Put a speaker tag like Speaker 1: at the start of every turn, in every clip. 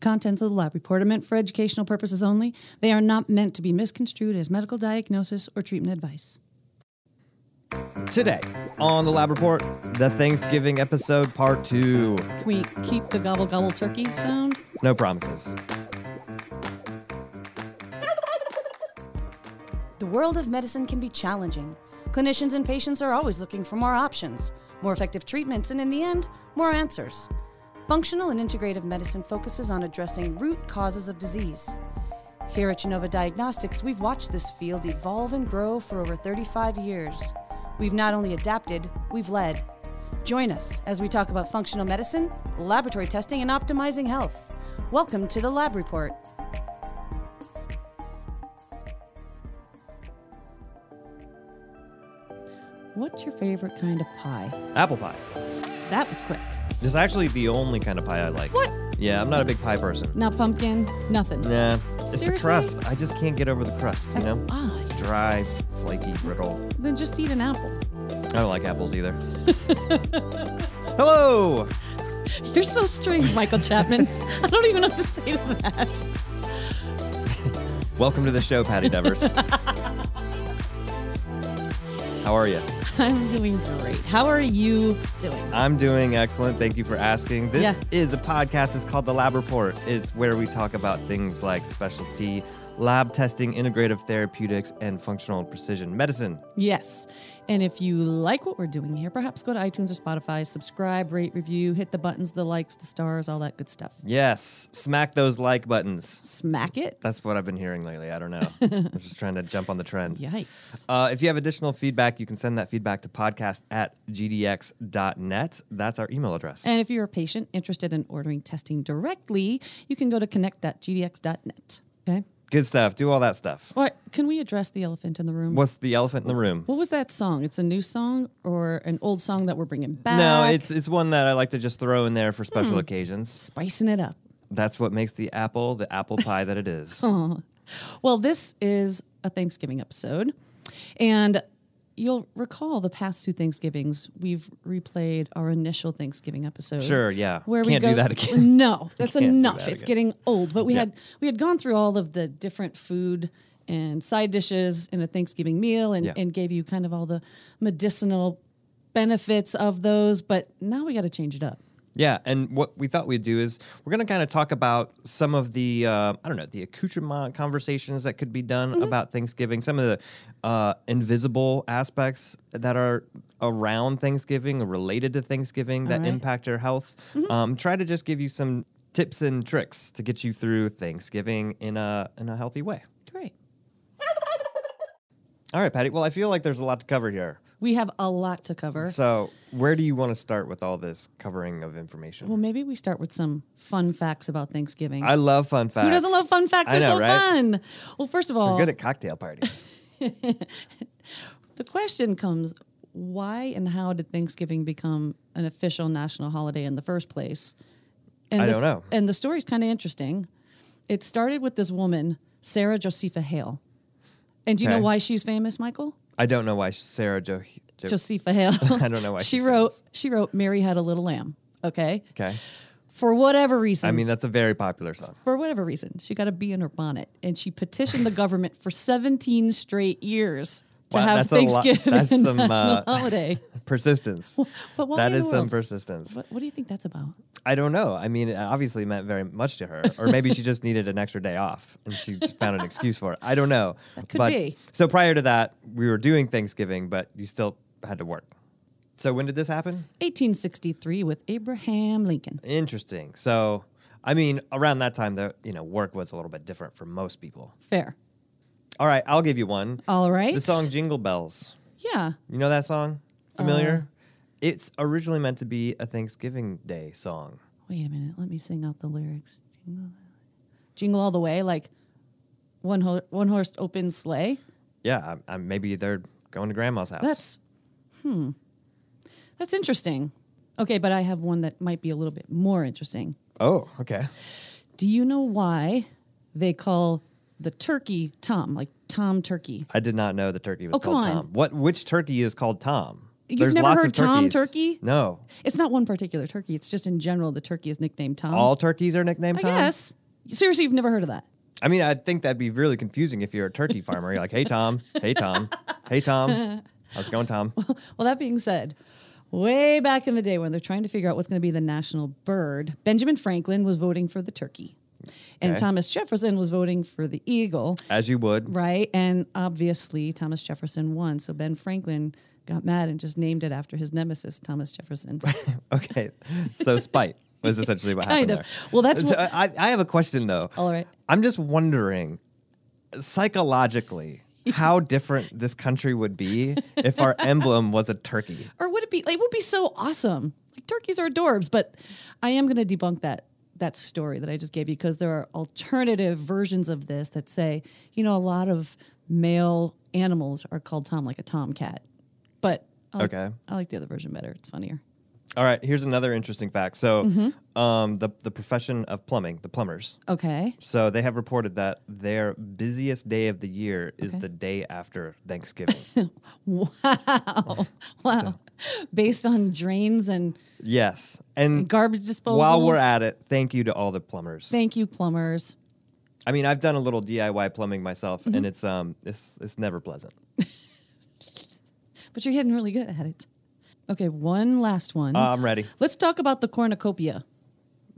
Speaker 1: contents of the lab report are meant for educational purposes only. They are not meant to be misconstrued as medical diagnosis or treatment advice.
Speaker 2: Today on the Lab Report, the Thanksgiving episode part two.
Speaker 1: Can we keep the gobble gobble turkey sound?
Speaker 2: No promises.
Speaker 1: The world of medicine can be challenging. Clinicians and patients are always looking for more options, more effective treatments, and in the end, more answers. Functional and integrative medicine focuses on addressing root causes of disease. Here at Genova Diagnostics, we've watched this field evolve and grow for over 35 years. We've not only adapted, we've led. Join us as we talk about functional medicine, laboratory testing, and optimizing health. Welcome to the Lab Report. What's your favorite kind of pie?
Speaker 2: Apple pie.
Speaker 1: That was quick.
Speaker 2: This is actually the only kind of pie I like.
Speaker 1: What?
Speaker 2: Yeah, I'm not a big pie person.
Speaker 1: Not pumpkin, nothing.
Speaker 2: Nah, it's
Speaker 1: Seriously?
Speaker 2: the crust. I just can't get over the crust, you
Speaker 1: That's
Speaker 2: know?
Speaker 1: odd.
Speaker 2: It's dry, flaky, brittle.
Speaker 1: Then just eat an apple.
Speaker 2: I don't like apples either. Hello!
Speaker 1: You're so strange, Michael Chapman. I don't even know what to say to that.
Speaker 2: Welcome to the show, Patty Devers. How are you?
Speaker 1: I'm doing great. How are you doing?
Speaker 2: I'm doing excellent. Thank you for asking. This
Speaker 1: Yeah.
Speaker 2: is a podcast. It's called The Lab Report. It's where we talk about things like specialty lab testing, integrative therapeutics, and functional and precision medicine.
Speaker 1: Yes. And if you like what we're doing here, perhaps go to iTunes or Spotify, subscribe, rate, review, hit the buttons, the likes, the stars, all that good stuff.
Speaker 2: Yes, smack those like buttons.
Speaker 1: Smack it.
Speaker 2: That's what I've been hearing lately. I don't know. I'm just trying to jump on the trend.
Speaker 1: Yikes.
Speaker 2: Uh, if you have additional feedback, you can send that feedback to podcast at gdx.net. That's our email address.
Speaker 1: And if you're a patient interested in ordering testing directly, you can go to connect.gdx.net. Okay.
Speaker 2: Good stuff. Do all that stuff.
Speaker 1: All right. Can we address the elephant in the room?
Speaker 2: What's the elephant in the room?
Speaker 1: What was that song? It's a new song or an old song that we're bringing back?
Speaker 2: No, it's it's one that I like to just throw in there for
Speaker 1: Hmm.
Speaker 2: special occasions.
Speaker 1: spicing it up.
Speaker 2: That's what makes the apple the apple pie that it is.
Speaker 1: Well, this is a Thanksgiving episode. And you'll recall the past two Thanksgivings, we've replayed our initial Thanksgiving episode.
Speaker 2: Sure, yeah. Can't do that again.
Speaker 1: No, that's
Speaker 2: Can't do
Speaker 1: enough.
Speaker 2: that
Speaker 1: it's
Speaker 2: again.
Speaker 1: getting old. But we
Speaker 2: Yeah.
Speaker 1: had we had gone through all of the different food and side dishes in a Thanksgiving meal and,
Speaker 2: Yeah.
Speaker 1: and gave you kind of all the medicinal benefits of those. But now we gotta change it up.
Speaker 2: yeah, and what we thought we'd do is we're going to kind of talk about some of the uh, I don't know the accoutrement conversations that could be done about Thanksgiving, some of the uh, invisible aspects that are around Thanksgiving or related to Thanksgiving that
Speaker 1: right.
Speaker 2: impact your health. Um, try to just give you some tips and tricks to get you through Thanksgiving in a in a healthy way.
Speaker 1: Great.
Speaker 2: All right, Patty. Well, I feel like there's a lot to cover here.
Speaker 1: We have a lot to cover.
Speaker 2: So, where do you want to start with all this covering of information?
Speaker 1: Well, maybe we start with some fun facts about Thanksgiving.
Speaker 2: I love fun facts.
Speaker 1: Who doesn't love fun facts?
Speaker 2: I
Speaker 1: They're
Speaker 2: know,
Speaker 1: so
Speaker 2: right?
Speaker 1: fun. Well, first of all,
Speaker 2: We're good at cocktail parties.
Speaker 1: the question comes why and how did Thanksgiving become an official national holiday in the first place? And
Speaker 2: I
Speaker 1: this-
Speaker 2: don't know.
Speaker 1: And the story's kind of interesting. It started with this woman, Sarah Josepha Hale. And do you
Speaker 2: Okay.
Speaker 1: know why she's famous, Michael?
Speaker 2: I don't know why Sarah Jo. jo-
Speaker 1: Josepha Hale.
Speaker 2: I don't know why
Speaker 1: she
Speaker 2: she's
Speaker 1: wrote.
Speaker 2: famous.
Speaker 1: She wrote "Mary Had a Little Lamb." Okay,
Speaker 2: okay.
Speaker 1: for whatever reason.
Speaker 2: I mean, that's a very popular song.
Speaker 1: for whatever reason, she got a bee in her bonnet, and she petitioned the government for 17 straight years to
Speaker 2: Wow,
Speaker 1: have
Speaker 2: that's a lot-
Speaker 1: Thanksgiving
Speaker 2: that's
Speaker 1: a
Speaker 2: some, uh,
Speaker 1: national holiday.
Speaker 2: Persistence.
Speaker 1: But why
Speaker 2: that
Speaker 1: in the
Speaker 2: is some
Speaker 1: world?
Speaker 2: persistence.
Speaker 1: What, what do you think that's about?
Speaker 2: I don't know. I mean, it obviously meant very much to her, or maybe she just needed an extra day off and she just found an excuse for it. I don't know. That
Speaker 1: could
Speaker 2: but,
Speaker 1: be.
Speaker 2: So prior to that, we were doing Thanksgiving, but you still had to work. So when did this happen?
Speaker 1: 1863 with Abraham Lincoln.
Speaker 2: Interesting. So, I mean, around that time, the you know work was a little bit different for most people.
Speaker 1: Fair.
Speaker 2: All right, I'll give you one.
Speaker 1: All right.
Speaker 2: The song "Jingle Bells."
Speaker 1: Yeah.
Speaker 2: You know that song? Familiar?
Speaker 1: Uh.
Speaker 2: it's originally meant to be a Thanksgiving Day song.
Speaker 1: Wait a minute. Let me sing out the lyrics. Jingle, jingle all the way, like one ho- one horse open sleigh.
Speaker 2: Yeah, I, I, maybe they're going to grandma's house.
Speaker 1: That's hmm. That's interesting. Okay, but I have one that might be a little bit more interesting.
Speaker 2: oh, okay.
Speaker 1: Do you know why they call the turkey Tom, like Tom Turkey?
Speaker 2: I did not know the turkey was
Speaker 1: Oh, come
Speaker 2: called
Speaker 1: on.
Speaker 2: Tom. What? Which turkey is called Tom?
Speaker 1: You've
Speaker 2: There's
Speaker 1: never
Speaker 2: lots
Speaker 1: heard
Speaker 2: of
Speaker 1: Tom
Speaker 2: turkeys.
Speaker 1: Turkey?
Speaker 2: No,
Speaker 1: It's not one particular turkey. It's just in general the turkey is nicknamed Tom.
Speaker 2: all turkeys are nicknamed
Speaker 1: I
Speaker 2: Tom.
Speaker 1: guess. Seriously, you've never heard of that.
Speaker 2: I mean, I think that'd be really confusing if you're a turkey farmer. You're like, hey Tom, hey Tom, hey Tom, how's it going, Tom?
Speaker 1: Well, that being said, way back in the day when they're trying to figure out what's going to be the national bird, Benjamin Franklin was voting for the turkey. And
Speaker 2: Okay.
Speaker 1: Thomas Jefferson was voting for the eagle,
Speaker 2: As you would.
Speaker 1: right? And obviously, Thomas Jefferson won. So Ben Franklin got mad and just named it after his nemesis, Thomas Jefferson.
Speaker 2: Okay, so spite was essentially what happened.
Speaker 1: Kind of.
Speaker 2: there.
Speaker 1: Well, that's
Speaker 2: So
Speaker 1: what-
Speaker 2: I, I have a question though.
Speaker 1: All right.
Speaker 2: I'm just wondering, psychologically, how different this country would be if our emblem was a turkey.
Speaker 1: or would it be like, it would be so awesome like turkeys are adorbs but i am going to debunk that that story that i just gave you because there are alternative versions of this that say you know a lot of male animals are called tom like a tomcat but I like-
Speaker 2: Okay.
Speaker 1: i like the other version better it's funnier
Speaker 2: All right, here's another interesting fact. So,
Speaker 1: Mm-hmm.
Speaker 2: um, the the profession of plumbing, the plumbers.
Speaker 1: okay
Speaker 2: So they have reported that their busiest day of the year is
Speaker 1: Okay.
Speaker 2: the day after Thanksgiving.
Speaker 1: wow wow based on drains and
Speaker 2: yes, and
Speaker 1: garbage disposals
Speaker 2: while we're at it, thank you to all the plumbers.
Speaker 1: thank you plumbers
Speaker 2: I mean, I've done a little DIY plumbing myself, and it's um, it's it's never pleasant.
Speaker 1: but you're getting really good at it okay one last one
Speaker 2: Uh, I'm ready.
Speaker 1: let's talk about the cornucopia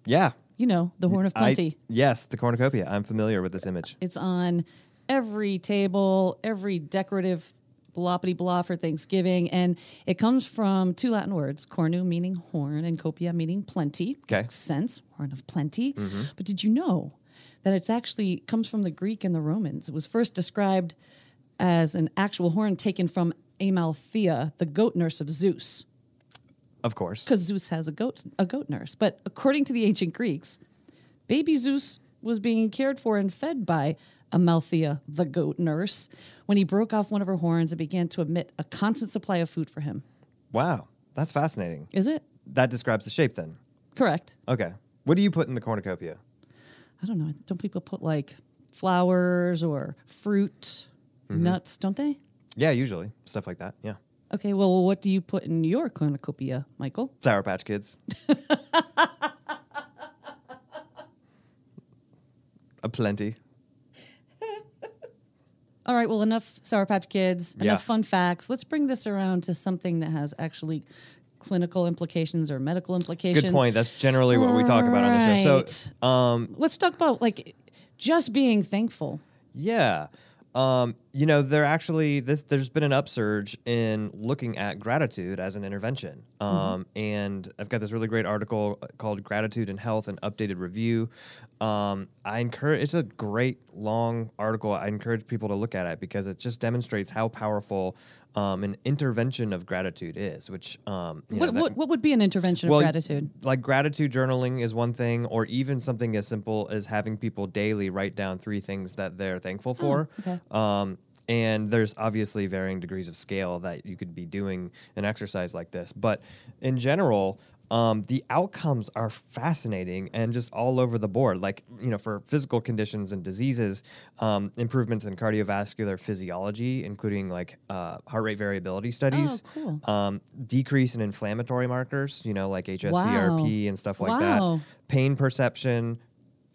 Speaker 2: Yeah,
Speaker 1: you know, the Horn of
Speaker 2: I- Uh,
Speaker 1: Plenty.
Speaker 2: yes, the cornucopia. I'm familiar with this image.
Speaker 1: It's on every table, every decorative bloppity blah for Thanksgiving. And it comes from two Latin words, cornu meaning horn and copia meaning plenty.
Speaker 2: Okay.
Speaker 1: Makes sense, horn of plenty. But did you know that it's actually comes from the Greek and the Romans? It was first described as an actual horn taken from Amalthea, the goat nurse of Zeus
Speaker 2: Of course.
Speaker 1: because Zeus has a goat a goat nurse. But according to the ancient Greeks, baby Zeus was being cared for and fed by Amalthea, the goat nurse, when he broke off one of her horns and began to emit a constant supply of food for him.
Speaker 2: Wow, that's fascinating.
Speaker 1: Is it
Speaker 2: That describes the shape then.
Speaker 1: correct?
Speaker 2: Okay, what do you put in the cornucopia?
Speaker 1: I don't know. Don't people put like flowers or fruit, nuts? Don't they?
Speaker 2: Yeah, usually stuff like that. Yeah,
Speaker 1: Okay. Well, what do you put in your cornucopia, Michael?
Speaker 2: Sour Patch Kids. A plenty.
Speaker 1: All right, well, enough Sour Patch Kids,
Speaker 2: Yeah.
Speaker 1: enough fun facts. Let's bring this around to something that has actually clinical implications or medical implications.
Speaker 2: Good point. That's generally what we talk about on the show. So, um,
Speaker 1: Let's talk about like just being thankful.
Speaker 2: Yeah. Um, you know, there actually this there's been an upsurge in looking at gratitude as an intervention.
Speaker 1: Mm-hmm.
Speaker 2: Um, and I've got this really great article uh, called Gratitude and Health an updated review. Um, I encourage it's a great long article. I encourage people to look at it because it just demonstrates how powerful um, an intervention of gratitude is, which um, you know,
Speaker 1: what,
Speaker 2: that-
Speaker 1: what, what would be an intervention
Speaker 2: well,
Speaker 1: of gratitude?
Speaker 2: Like gratitude journaling is one thing, or even something as simple as having people daily write down three things that they're thankful for.
Speaker 1: Oh, okay.
Speaker 2: Um, and there's obviously varying degrees of scale that you could be doing an exercise like this. But in general, um, the outcomes are fascinating and just all over the board. Like, you know, for physical conditions and diseases, um, improvements in cardiovascular physiology, including like uh, heart rate variability studies,
Speaker 1: Oh, cool.
Speaker 2: um, decrease in inflammatory markers, you know, like HSCRP
Speaker 1: Wow.
Speaker 2: and stuff like
Speaker 1: Wow.
Speaker 2: that, pain perception,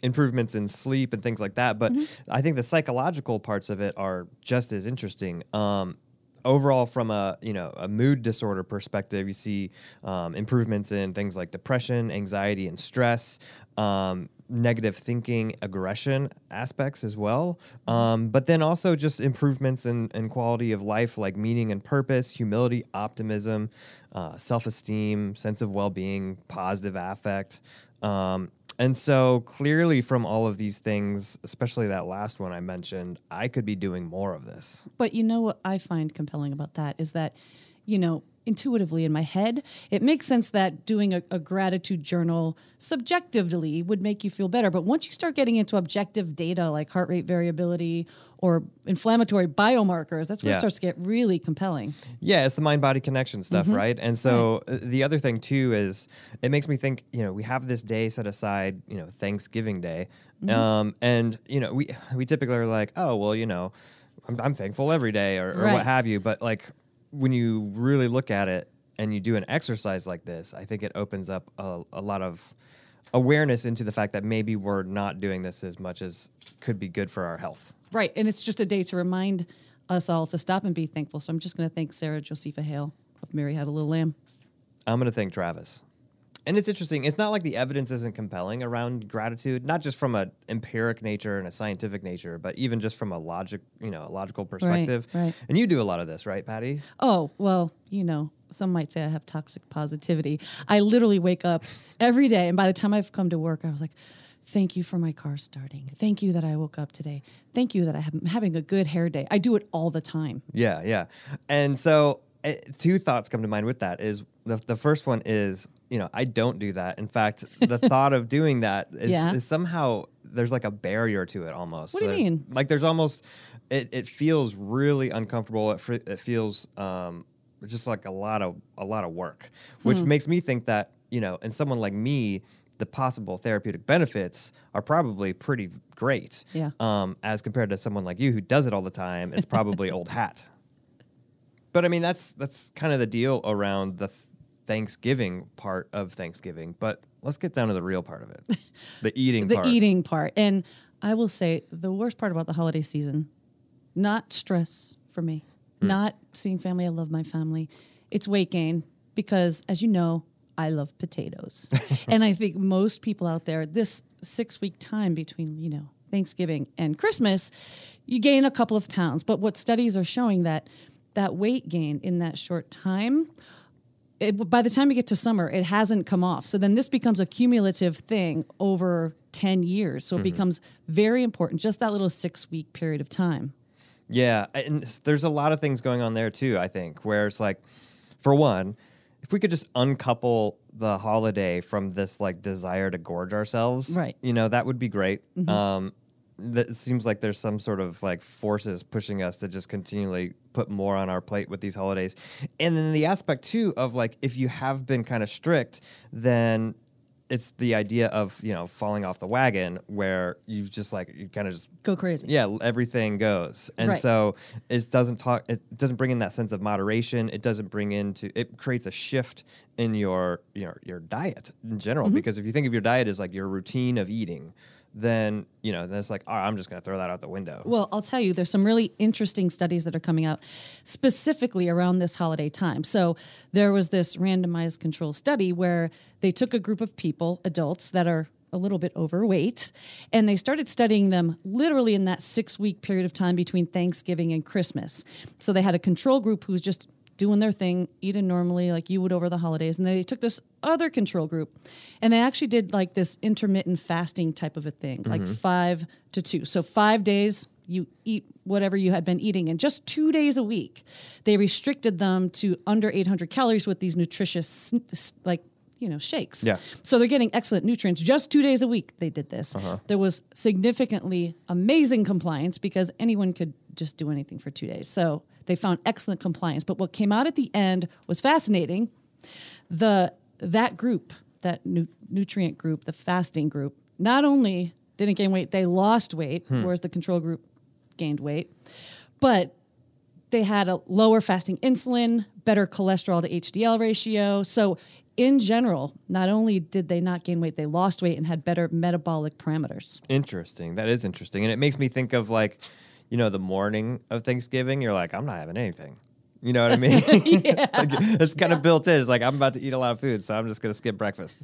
Speaker 2: improvements in sleep and things like that. But I think the psychological parts of it are just as interesting. Um, overall, from a you know a mood disorder perspective, you see um, improvements in things like depression, anxiety, and stress. Um, negative thinking aggression aspects as well um, but then also just improvements in, in quality of life like meaning and purpose humility optimism uh, self-esteem sense of well-being positive affect um, and so clearly, from all of these things, especially that last one I mentioned, I could be doing more of this.
Speaker 1: But you know what I find compelling about that is that, you know, intuitively in my head, it makes sense that doing a, a gratitude journal subjectively would make you feel better. But once you start getting into objective data like heart rate variability or inflammatory biomarkers, that's where it
Speaker 2: Yeah.
Speaker 1: starts to get really compelling.
Speaker 2: Yeah, it's the mind body connection stuff, right? And so uh, the other thing too is it makes me think, you know, we have this day set aside, you know, Thanksgiving Day. Um, and you know, we we typically are like, oh, well, you know, I'm, I'm thankful every day or, or
Speaker 1: Right.
Speaker 2: what have you, but like when you really look at it and you do an exercise like this, I think it opens up a, a lot of awareness into the fact that maybe we're not doing this as much as could be good for our health.
Speaker 1: Right. And it's just a day to remind us all to stop and be thankful. So I'm just going to thank Sarah Josefa Hale of Mary Had a Little Lamb.
Speaker 2: I'm gonna thank Travis. And it's interesting. It's not like the evidence isn't compelling around gratitude, not just from a empiric nature and a scientific nature, but even just from a logic, you know, a logical perspective.
Speaker 1: right.
Speaker 2: And you do a lot of this, right, Patty?
Speaker 1: Oh, well, you know, some might say I have toxic positivity. I literally wake up every day, and by the time I've come to work, I was like, thank you for my car starting. Thank you that I woke up today. Thank you that I have- I'm having a good hair day. I do it all the time.
Speaker 2: Yeah, yeah. And so eh, two thoughts come to mind with that is the, the first one is, you know, I don't do that. In fact, the thought of doing that is,
Speaker 1: Yeah.
Speaker 2: is somehow there's like a barrier to it almost.
Speaker 1: What do you
Speaker 2: there's-
Speaker 1: mean?
Speaker 2: Like there's almost it, it feels really uncomfortable. It, fr- it feels um, just like a lot of a lot of work, which
Speaker 1: Hmm.
Speaker 2: makes me think that, you know, in someone like me, the possible therapeutic benefits are probably pretty great.
Speaker 1: Yeah.
Speaker 2: Um, as compared to someone like you who does it all the time, it's probably old hat. But I mean, that's that's kind of the deal around the th- Thanksgiving part of Thanksgiving. But let's get down to the real part of it, the eating
Speaker 1: The
Speaker 2: part.
Speaker 1: eating part. And I will say the worst part about the holiday season, not stress for me,
Speaker 2: Hmm.
Speaker 1: not seeing family. I love my family. It's weight gain because, as you know, I love potatoes. and I think most people out there, this six week time between, you know, Thanksgiving and Christmas, you gain a couple of pounds. But what studies are showing that that weight gain in that short time it, by the time you get to summer, it hasn't come off. So then this becomes a cumulative thing over 10 years. So it becomes very important, just that little six week period of time.
Speaker 2: Yeah, and s- there's a lot of things going on there too. I think where it's like, for one, if we could just uncouple the holiday from this like desire to gorge ourselves,
Speaker 1: Right.
Speaker 2: You know, that would be great. Um, that it seems like there's some sort of like forces pushing us to just continually put more on our plate with these holidays, and then the aspect too of like if you have been kind of strict, then it's the idea of you know falling off the wagon where you just like you kind of just
Speaker 1: Go crazy.
Speaker 2: yeah, l- everything goes, and
Speaker 1: Right.
Speaker 2: so it doesn't talk. It doesn't bring in that sense of moderation. It doesn't bring into. It creates a shift in your your your diet in general.
Speaker 1: Mm-hmm.
Speaker 2: Because if you think of your diet as like your routine of eating, then you know then it's like, oh, I'm just gonna throw that out the window.
Speaker 1: Well, I'll tell you, there's some really interesting studies that are coming out specifically around this holiday time. So there was this randomized control study where they took a group of people, adults that are a little bit overweight, and they started studying them literally in that six week period of time between Thanksgiving and Christmas. So they had a control group who was just doing their thing, eating normally like you would over the holidays. And they took this other control group and they actually did like this intermittent fasting type of a thing, like five to two. So five days you eat whatever you had been eating and just two days a week they restricted them to under 800 calories with these nutritious like you know shakes
Speaker 2: Yeah.
Speaker 1: so they're getting excellent nutrients just two days a week. They did this. There was significantly amazing compliance because anyone could just do anything for two days. So they found excellent compliance. But what came out at the end was fascinating. The that group, that nu- nutrient group, the fasting group, not only didn't gain weight, they lost weight, whereas the control group gained weight. But they had a lower fasting insulin, better cholesterol to HDL ratio. So, in general, not only did they not gain weight, they lost weight and had better metabolic parameters.
Speaker 2: Interesting. That is interesting, and it makes me think of like, you know, the morning of Thanksgiving. You're like, I'm not having anything. You know what I mean? Like, it's kind of built in. It's like I'm about to eat a lot of food, so I'm just going to skip breakfast.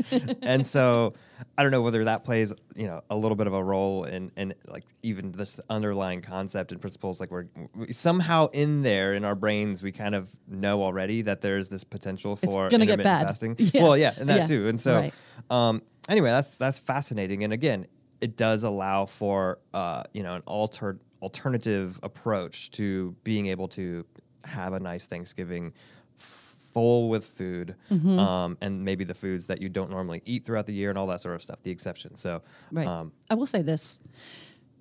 Speaker 2: and so, I don't know whether that plays, you know, a little bit of a role in, in like even this underlying concept and principles. Like we're we, somehow in there in our brains, we kind of know already that there's this potential for
Speaker 1: gonna get
Speaker 2: intermittent
Speaker 1: bad.
Speaker 2: fasting.
Speaker 1: Yeah.
Speaker 2: Well, yeah, and that
Speaker 1: Yeah.
Speaker 2: too. And so,
Speaker 1: Right.
Speaker 2: um, anyway, that's that's fascinating. And again, it does allow for uh, you know an altered alternative approach to being able to have a nice Thanksgiving f- full with food um, and maybe the foods that you don't normally eat throughout the year and all that sort of stuff the exception so
Speaker 1: Right.
Speaker 2: um,
Speaker 1: I will say this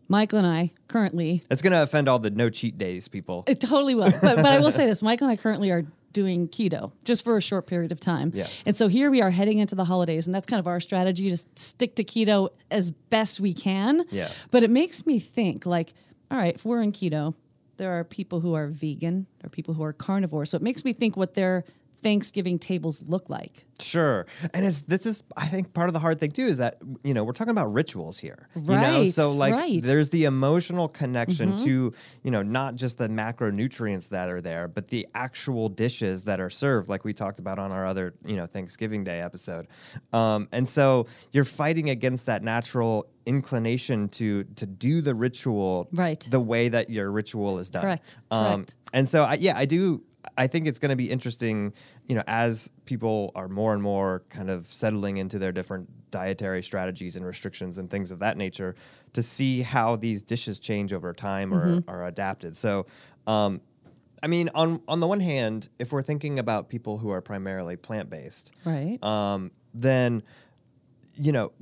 Speaker 1: Michael and I currently,
Speaker 2: it's going to offend all the no cheat days people
Speaker 1: it Uh, totally will, but, but I will say this Michael and I currently are doing keto just for a short period of time.
Speaker 2: Yeah.
Speaker 1: And so here we are heading into the holidays, and that's kind of our strategy to s- stick to keto as best we can.
Speaker 2: Yeah.
Speaker 1: But it makes me think like, all right, if we're in keto, there are people who are vegan, there are people who are carnivore. So it makes me think what their Thanksgiving tables look like.
Speaker 2: Sure. And it's this is I think part of the hard thing too is that you know, we're talking about rituals here. You know,
Speaker 1: Right,
Speaker 2: so like
Speaker 1: right. Mm-hmm.
Speaker 2: there's the emotional connection to, you know, not just the macronutrients that are there, but the actual dishes that are served, like we talked about on our other, you know, Thanksgiving Day episode. Um, and so you're fighting against that natural inclination to to do the ritual
Speaker 1: Right.
Speaker 2: the way that your ritual is done. Um,
Speaker 1: Correct, correct.
Speaker 2: And so, I, yeah, I do. I think it's going to be interesting, you know, as people are more and more kind of settling into their different dietary strategies and restrictions and things of that nature, to see how these dishes change over time or are adapted. So, um, I mean, on on the one hand, if we're thinking about people who are primarily plant based,
Speaker 1: Right.
Speaker 2: um, then you know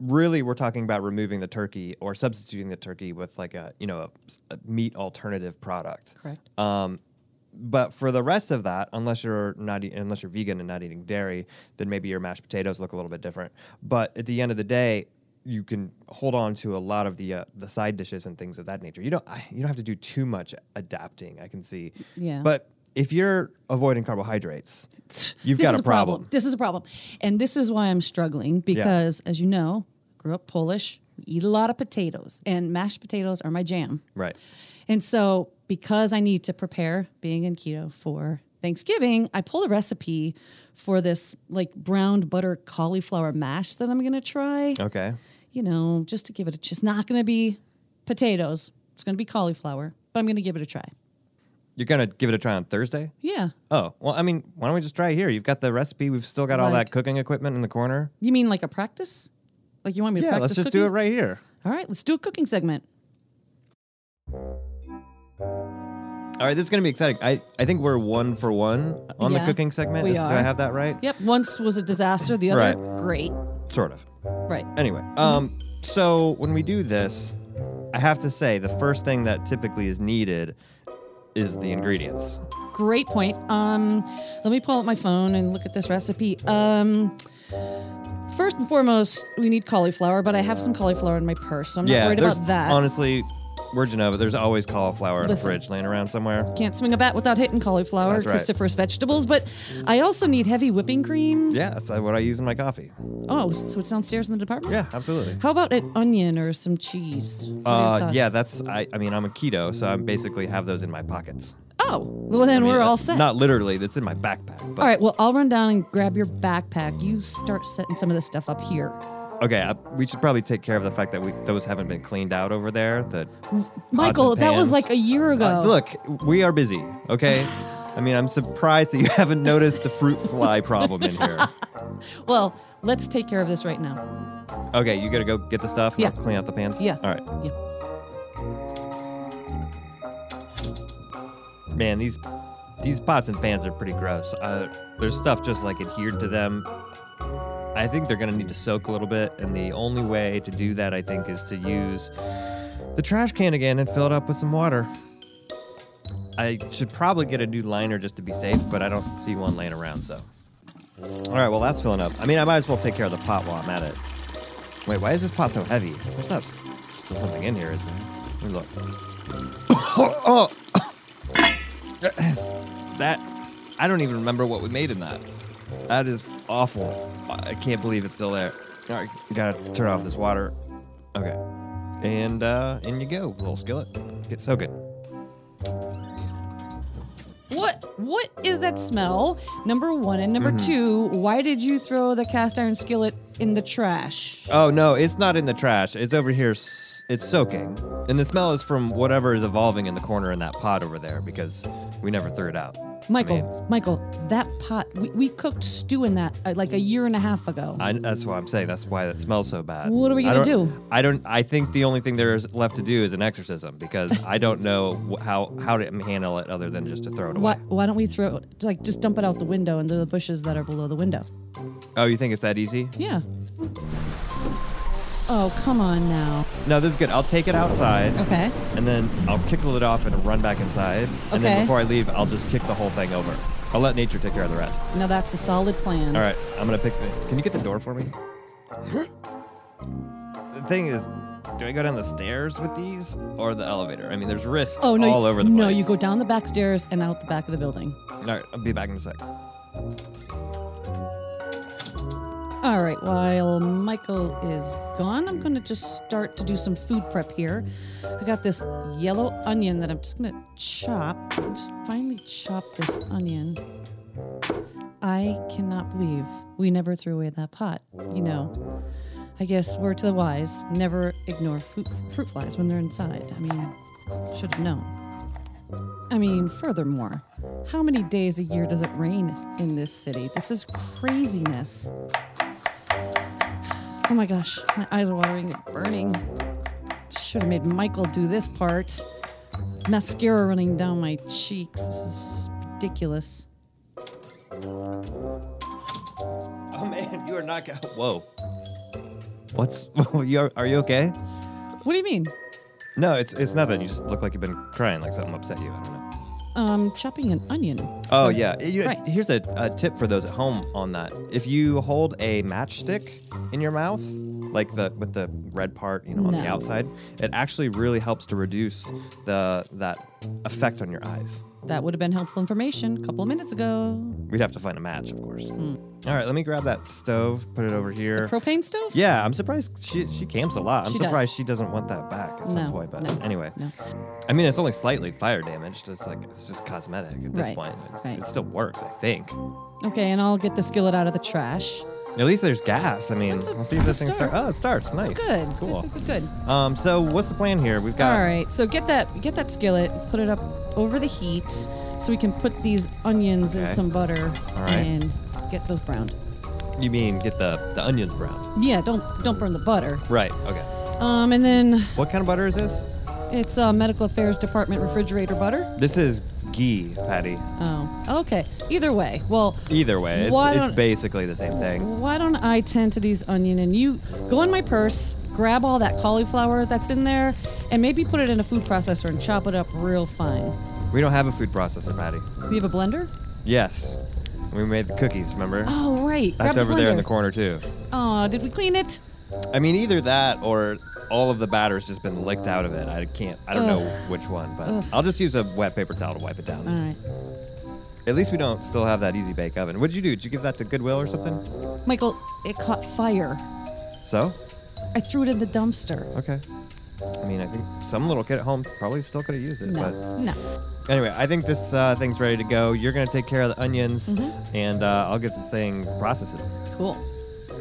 Speaker 2: really we're talking about removing the turkey or substituting the turkey with like a you know a, a meat alternative product
Speaker 1: Correct.
Speaker 2: um, but for the rest of that, unless you're not e- unless you're vegan and not eating dairy, then maybe your mashed potatoes look a little bit different. But at the end of the day, you can hold on to a lot of the uh, the side dishes and things of that nature. You don't I- you don't have to do too much adapting. I can see.
Speaker 1: Yeah.
Speaker 2: But if you're avoiding carbohydrates, you've
Speaker 1: This
Speaker 2: got
Speaker 1: is
Speaker 2: a problem.
Speaker 1: This is a problem. And this is why I'm struggling because, as you know, grew up Polish, we eat a lot of potatoes, and mashed potatoes are my jam.
Speaker 2: Right.
Speaker 1: And so, because I need to prepare being in keto for Thanksgiving, I pulled a recipe for this like browned butter cauliflower mash that I'm going to try.
Speaker 2: Okay.
Speaker 1: You know, just to give it a It's not going to be potatoes, it's going to be cauliflower, but I'm going to give it a try.
Speaker 2: You're gonna give it a try on Thursday.
Speaker 1: Yeah.
Speaker 2: Oh well, I mean, why don't we just try it here? You've got the recipe. We've still got all
Speaker 1: Right.
Speaker 2: that cooking equipment in the corner.
Speaker 1: You mean like a practice? Like you want me to
Speaker 2: Yeah,
Speaker 1: practice
Speaker 2: let's just
Speaker 1: cooking?
Speaker 2: do it right here.
Speaker 1: All right, let's do a cooking segment.
Speaker 2: All right, this is gonna be exciting. I, I think we're one for one on the
Speaker 1: Yeah,
Speaker 2: cooking segment.
Speaker 1: we
Speaker 2: Is- Do I
Speaker 1: are.
Speaker 2: have that right?
Speaker 1: Yep, once was a disaster, the other great.
Speaker 2: Sort of.
Speaker 1: Right.
Speaker 2: Anyway, um, so when we do this, I have to say the first thing that typically is needed is the ingredients.
Speaker 1: Great point. Um, let me pull up my phone and look at this recipe. Um, first and foremost, we need cauliflower, but I have some cauliflower in my purse, so I'm not
Speaker 2: yeah,
Speaker 1: worried
Speaker 2: there's
Speaker 1: about that.
Speaker 2: honestly, we're Genova. There's always cauliflower in the
Speaker 1: Listen.
Speaker 2: fridge laying around somewhere.
Speaker 1: Can't swing a bat without hitting cauliflower,
Speaker 2: That's right.
Speaker 1: cruciferous vegetables, but I also need heavy whipping cream.
Speaker 2: Yeah, that's uh, what I use in my coffee.
Speaker 1: Oh, so it's downstairs in the department?
Speaker 2: Yeah, absolutely.
Speaker 1: How about an onion or some cheese? What are your
Speaker 2: Uh, yeah,
Speaker 1: thoughts?
Speaker 2: that's I. I mean, I'm a keto, so I basically have those in my pockets.
Speaker 1: Oh, well, then
Speaker 2: I mean,
Speaker 1: we're all
Speaker 2: that's
Speaker 1: set.
Speaker 2: Not literally. That's in my backpack. But
Speaker 1: All right, well, I'll run down and grab your backpack. You start setting some of this stuff up here.
Speaker 2: Okay, I, we should probably take care of the fact that we those haven't been cleaned out over there. The
Speaker 1: Michael,
Speaker 2: pots and
Speaker 1: that was
Speaker 2: pans.
Speaker 1: like a year ago.
Speaker 2: Uh, look, we are busy. Okay, I mean, I'm surprised that you haven't noticed the fruit fly problem in here.
Speaker 1: Well, let's take care of this right now.
Speaker 2: Okay, you gotta go get the stuff. and
Speaker 1: Yeah.
Speaker 2: I'll clean out the pans.
Speaker 1: Yeah.
Speaker 2: All right,
Speaker 1: Yeah.
Speaker 2: man. These these pots and pans are pretty gross. Uh, there's stuff just like adhered to them. I think they're gonna need to soak a little bit, and the only way to do that, I think, is to use the trash can again and fill it up with some water. I should probably get a new liner just to be safe, but I don't see one laying around, so. All right, well, that's filling up. I mean, I might as well take care of the pot while I'm at it. Wait, why is this pot so heavy? There's not s- still something in here, is there? Let me look. oh, that, I don't even remember what we made in that. That is awful. I can't believe it's still there. All right, gotta turn off this water. Okay. And uh, in you go, little skillet. Get soaking.
Speaker 1: What what is that smell? Number 1 and number
Speaker 2: Mm-hmm.
Speaker 1: 2, why did you throw the cast iron skillet in the trash?
Speaker 2: Oh no, it's not in the trash. It's over here. s- It's soaking, and the smell is from whatever is evolving in the corner in that pot over there because we never threw it out.
Speaker 1: Michael,
Speaker 2: I mean,
Speaker 1: Michael, that pot we, we cooked stew in that uh, like a year and a half ago.
Speaker 2: I- that's why I'm saying that's why it smells so bad.
Speaker 1: What are we
Speaker 2: I
Speaker 1: gonna
Speaker 2: don't-
Speaker 1: do?
Speaker 2: I don't. I think the only thing there is left to do is an exorcism because I don't know wh- how how to handle it other than just to throw it away.
Speaker 1: why, why don't we throw it like just dump it out the window into the bushes that are below the window?
Speaker 2: Oh, you think it's that easy?
Speaker 1: Yeah. Oh, come on now.
Speaker 2: No, this is good. I'll take it outside.
Speaker 1: Okay.
Speaker 2: And then I'll kick the lid off and run back inside. And
Speaker 1: Okay.
Speaker 2: then before I leave, I'll just kick the whole thing over. I'll let nature take care of the rest.
Speaker 1: Now that's a solid plan.
Speaker 2: All right, I'm gonna pick the. Can you get the door for me? the thing is, do I go down the stairs with these or the elevator? I mean, there's risks
Speaker 1: Oh no!
Speaker 2: all
Speaker 1: you-
Speaker 2: over the
Speaker 1: no,
Speaker 2: place.
Speaker 1: you go down the back stairs and out the back of the building.
Speaker 2: All right, I'll be back in a sec.
Speaker 1: All right, while Michael is gone, I'm going to just start to do some food prep here. I got this yellow onion that I'm just going to chop. Just finally chop this onion. I cannot believe we never threw away that pot. You know, I guess word to the wise never ignore fruit, fruit flies when they're inside. I mean, should have known. I mean, furthermore, how many days a year does it rain in this city? This is craziness. Oh my gosh, my eyes are watering, they're burning. Should have made Michael do this part. Mascara running down my cheeks. This is ridiculous.
Speaker 2: Oh man, you are not. Gonna, whoa. What's? you are, are you okay?
Speaker 1: What do you mean?
Speaker 2: No, it's it's nothing. You just look like you've been crying, like something upset you. I don't know.
Speaker 1: Um, chopping an onion.
Speaker 2: Oh
Speaker 1: So-
Speaker 2: yeah. You-
Speaker 1: right.
Speaker 2: Here's a, a tip for those at home on that. If you hold a matchstick in your mouth, like the with the red part, you know, on the
Speaker 1: No.
Speaker 2: outside, it actually really helps to reduce the that effect on your eyes.
Speaker 1: That would have been helpful information a couple of minutes ago.
Speaker 2: We'd have to find a match, of course. All right, let me grab that stove, put it over here.
Speaker 1: Propane stove?
Speaker 2: yeah, I'm surprised she she camps a lot. I'm
Speaker 1: She does.
Speaker 2: surprised she doesn't want that back at some
Speaker 1: No,
Speaker 2: point. But
Speaker 1: no,
Speaker 2: anyway,
Speaker 1: no.
Speaker 2: I mean, it's only slightly fire damaged. It's like it's just cosmetic at this
Speaker 1: Right,
Speaker 2: point. It,
Speaker 1: right.
Speaker 2: it still works, I think.
Speaker 1: Okay, and I'll get the skillet out of the trash.
Speaker 2: At least there's gas. I mean,
Speaker 1: That's a-
Speaker 2: let's see if this
Speaker 1: that's a
Speaker 2: thing
Speaker 1: start.
Speaker 2: starts. Oh, it starts. Nice.
Speaker 1: Good.
Speaker 2: Cool.
Speaker 1: Good, good, good. good.
Speaker 2: Um, so what's the plan here? We've got.
Speaker 1: All right, so get that get that skillet, put it up over the heat, so we can put these onions in
Speaker 2: Okay.
Speaker 1: some butter
Speaker 2: All right.
Speaker 1: and get those browned.
Speaker 2: You mean get the the onions browned?
Speaker 1: Yeah, don't don't burn the butter.
Speaker 2: Right. Okay.
Speaker 1: Um, and then
Speaker 2: What kind of butter is this?
Speaker 1: it's uh, medical affairs department refrigerator butter.
Speaker 2: This is ghee, Patty.
Speaker 1: Oh, okay. Either way, well,
Speaker 2: Either way,
Speaker 1: Why
Speaker 2: it's,
Speaker 1: don't-
Speaker 2: it's basically the same thing.
Speaker 1: why don't I tend to these onion and you go in my purse, grab all that cauliflower that's in there, and maybe put it in a food processor and chop it up real fine.
Speaker 2: We don't have a food processor, Patty.
Speaker 1: We have a blender.
Speaker 2: Yes. We made the cookies, remember?
Speaker 1: Oh right, grab
Speaker 2: That's over there in the
Speaker 1: blender.
Speaker 2: corner, too.
Speaker 1: Oh, did we clean it?
Speaker 2: I mean, either that or all of the batter's just been licked out of it. I can't, I don't know
Speaker 1: Ugh.
Speaker 2: which one, but
Speaker 1: Ugh.
Speaker 2: I'll just use a wet paper towel to wipe it down.
Speaker 1: All right.
Speaker 2: At least we don't still have that easy bake oven. What did you do? Did you give that to Goodwill or something?
Speaker 1: Michael, it caught fire.
Speaker 2: So?
Speaker 1: I threw it in the dumpster.
Speaker 2: Okay. I mean, I think some little kid at home probably still could have used it, but
Speaker 1: No, no.
Speaker 2: Anyway, I think this uh, thing's ready to go. You're gonna take care of the onions,
Speaker 1: Mm-hmm.
Speaker 2: and uh, I'll get this thing processing.
Speaker 1: Cool.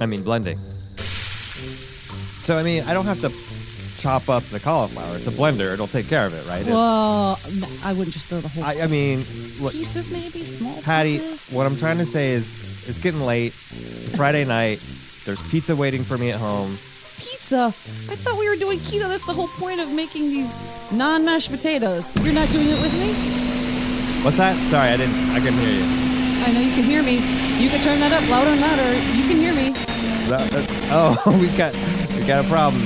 Speaker 2: I mean, blending. So I mean, I don't have to chop up the cauliflower. It's a blender. It'll take care of it, right? It-
Speaker 1: Well, no, I wouldn't just throw the whole
Speaker 2: I, I mean, look,
Speaker 1: pieces, maybe small
Speaker 2: Patty.
Speaker 1: pieces.
Speaker 2: What I'm trying to say is, it's getting late. It's a Friday night. There's pizza waiting for me at home.
Speaker 1: Pizza. I thought we were doing keto. That's the whole point of making these non-mashed potatoes. You're not doing it with me.
Speaker 2: What's that? Sorry, I didn't. I couldn't hear you.
Speaker 1: I know you can hear me. You can turn that up louder and louder. You can hear me.
Speaker 2: That- that- oh, we got we got a problem.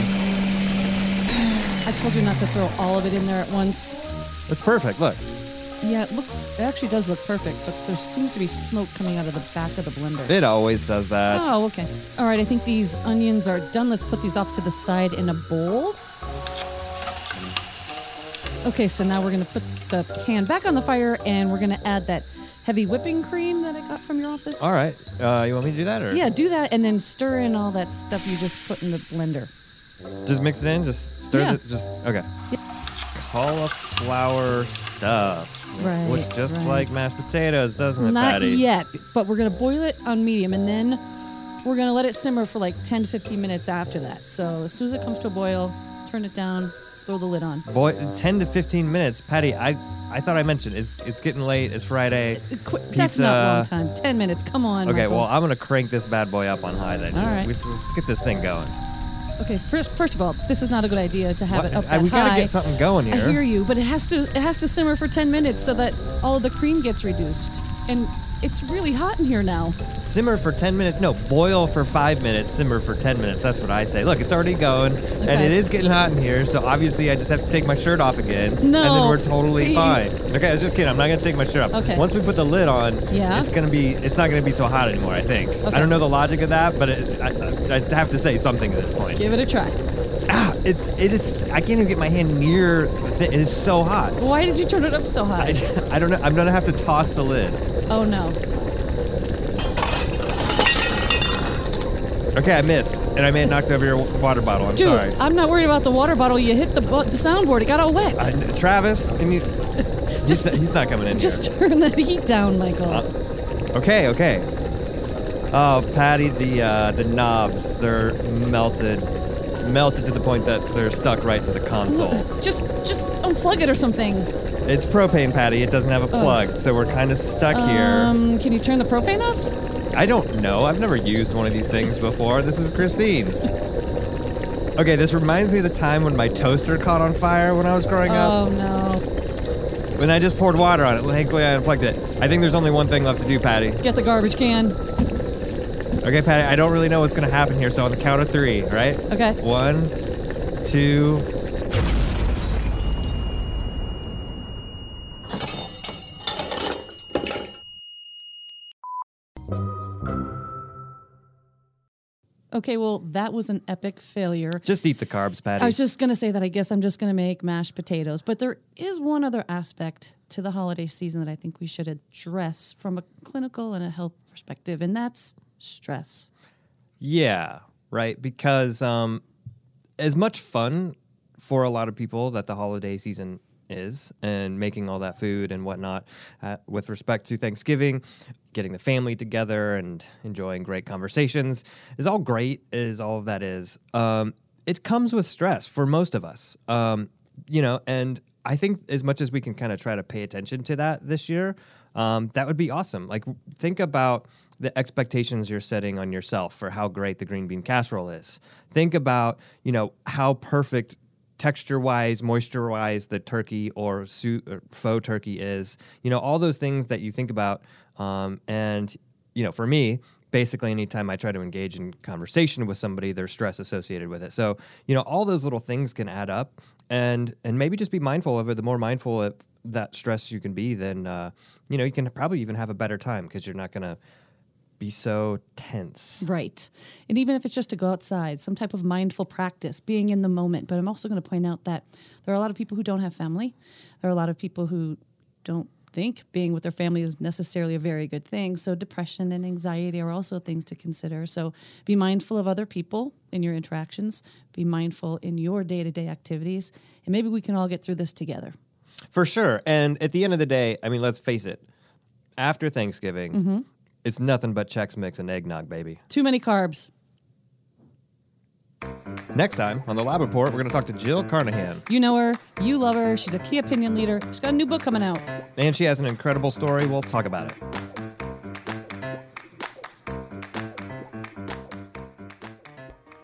Speaker 1: I told you not to throw all of it in there at once.
Speaker 2: It's perfect. Look.
Speaker 1: Yeah, it looks. It actually does look perfect, but there seems to be smoke coming out of the back of the blender.
Speaker 2: It always does that.
Speaker 1: Oh, okay. All right, I think these onions are done. Let's put these off to the side in a bowl. Okay, so now we're going to put the pan back on the fire and we're going to add that heavy whipping cream that I got from your office.
Speaker 2: All right. Uh, you want me to do that or?
Speaker 1: Yeah, do that and then stir in all that stuff you just put in the blender.
Speaker 2: Just mix it in. Just stir
Speaker 1: Yeah.
Speaker 2: it. Just okay. Cauliflower stuff,
Speaker 1: Right,
Speaker 2: Looks just
Speaker 1: right.
Speaker 2: like mashed potatoes, doesn't it,
Speaker 1: Not
Speaker 2: Patty?
Speaker 1: yet, but we're going to boil it on medium and then we're going to let it simmer for like 10 to 15 minutes after that. So as soon as it comes to a boil, turn it down, throw the lid on.
Speaker 2: Boy, ten to fifteen minutes, Patty. I I thought I mentioned it's it's getting late. It's Friday.
Speaker 1: Qu- That's not
Speaker 2: Pizza.
Speaker 1: a long time. 10 minutes. Come on.
Speaker 2: Okay,
Speaker 1: Michael.
Speaker 2: well I'm gonna crank this bad boy up on high then.
Speaker 1: All
Speaker 2: Just-
Speaker 1: right.
Speaker 2: Let's, let's get this thing going.
Speaker 1: Okay, first, first of all, this is not a good idea to have
Speaker 2: What-
Speaker 1: it up
Speaker 2: I-
Speaker 1: that
Speaker 2: we gotta
Speaker 1: high.
Speaker 2: get something going here.
Speaker 1: I hear you, but it has to it has to simmer for 10 minutes so that all of the cream gets reduced. And it's really hot in here now.
Speaker 2: Simmer for ten minutes. No, boil for five minutes. Simmer for ten minutes. That's what I say. Look, it's already going, and
Speaker 1: Okay.
Speaker 2: it is getting hot in here. So obviously, I just have to take my shirt off again, and
Speaker 1: No,
Speaker 2: then we're totally
Speaker 1: please.
Speaker 2: fine. Okay, I was just kidding. I'm not gonna take my shirt off.
Speaker 1: Okay.
Speaker 2: Once we put the lid on,
Speaker 1: Yeah?
Speaker 2: it's gonna be. It's not gonna be so hot anymore. I think.
Speaker 1: Okay.
Speaker 2: I don't know the logic of that, but it, I, I I have to say something at this point.
Speaker 1: Give it a try.
Speaker 2: ah, it's it is. I can't even get my hand near. The thing. It is so hot.
Speaker 1: Why did you turn it up so high?
Speaker 2: I, I don't know. I'm gonna have to toss the lid.
Speaker 1: oh no.
Speaker 2: Okay, I missed, and I may have knocked over your wa- water bottle. I'm
Speaker 1: Dude,
Speaker 2: sorry.
Speaker 1: I'm not worried about the water bottle. You hit the, bu- the soundboard, it got all wet.
Speaker 2: Uh, Travis, and you,
Speaker 1: Just-
Speaker 2: he's, not, he's not coming in
Speaker 1: Just
Speaker 2: here.
Speaker 1: turn that heat down, Michael.
Speaker 2: Okay, okay. Oh, Patty, the uh, the knobs they're melted, melted to the point that they're stuck right to the console.
Speaker 1: just just unplug it or something.
Speaker 2: it's propane, Patty. It doesn't have a plug, so we're kind of stuck here.
Speaker 1: Oh. Um, can you turn the propane off?
Speaker 2: I don't know. I've never used one of these things before. This is Christine's. Okay, this reminds me of the time when my toaster caught on fire when I was growing up.
Speaker 1: Oh no. Oh.
Speaker 2: When I just poured water on it, thankfully I unplugged it. I think there's only one thing left to do, Patty.
Speaker 1: Get the garbage can.
Speaker 2: Okay, Patty, I don't really know what's gonna happen here, so on the count of three, right?
Speaker 1: Okay.
Speaker 2: One, two.
Speaker 1: Okay, well, that was an epic failure.
Speaker 2: Just eat the carbs, Patty.
Speaker 1: I was just going to say that I guess I'm just going to make mashed potatoes. But there is one other aspect to the holiday season that I think we should address from a clinical and a health perspective, and that's stress.
Speaker 2: yeah, right. Because um, as much fun for a lot of people that the holiday season is, and making all that food and whatnot, uh, with respect to Thanksgiving, getting the family together and enjoying great conversations is all great. Is all of that is. Um, it comes with stress for most of us. Um, you know, and I think as much as we can kind of try to pay attention to that this year, um, that would be awesome. Like, w- think about the expectations you're setting on yourself for how great the green bean casserole is. Think about, you know, how perfect texture wise, moisture wise, the turkey or, su- or faux turkey is. You know, all those things that you think about. Um, and, you know, for me, basically anytime I try to engage in conversation with somebody, there's stress associated with it. So, you know, all those little things can add up and and maybe just be mindful of it. The more mindful of that stress you can be, then uh, you know, you can probably even have a better time because you're not gonna be so tense.
Speaker 1: Right. And even if it's just to go outside, some type of mindful practice, being in the moment. But I'm also going to point out that there are a lot of people who don't have family. There are a lot of people who don't think being with their family is necessarily a very good thing. So depression and anxiety are also things to consider. So be mindful of other people in your interactions, be mindful in your day to day activities, and maybe we can all get through this together.
Speaker 2: For sure. And at the end of the day, I mean, let's face it, after Thanksgiving, it's nothing but Chex Mix and eggnog, baby.
Speaker 1: Too many carbs.
Speaker 2: Next time on the Lab Report, we're gonna talk to Jill Carnahan.
Speaker 1: You know her, you love her. She's a key opinion leader. She's got a new book coming out.
Speaker 2: And she has an incredible story. We'll talk about it.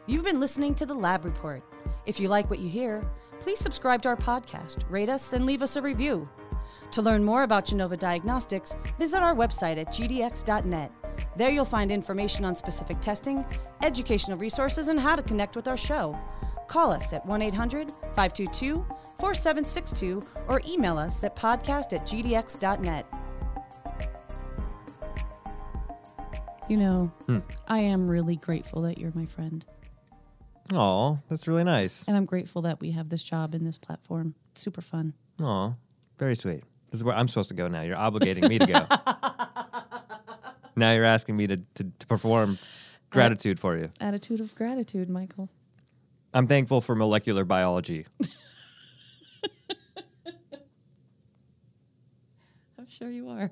Speaker 1: You've been listening to The Lab Report. If you like what you hear, please subscribe to our podcast, rate us, and leave us a review. To learn more about Genova Diagnostics, visit our website at gdx.net. There you'll find information on specific testing, educational resources, and how to connect with our show. Call us at 1 800 522 4762 or email us at podcast at gdx.net. You know, I am really grateful that you're my friend.
Speaker 2: Aw, that's really nice.
Speaker 1: And I'm grateful that we have this job and this platform. It's super fun.
Speaker 2: Aw, very sweet. This is where I'm supposed to go now. You're obligating me to go. now you're asking me to, to, to perform gratitude for you.
Speaker 1: Attitude of gratitude, Michael.
Speaker 2: I'm thankful for molecular biology.
Speaker 1: I'm sure you are.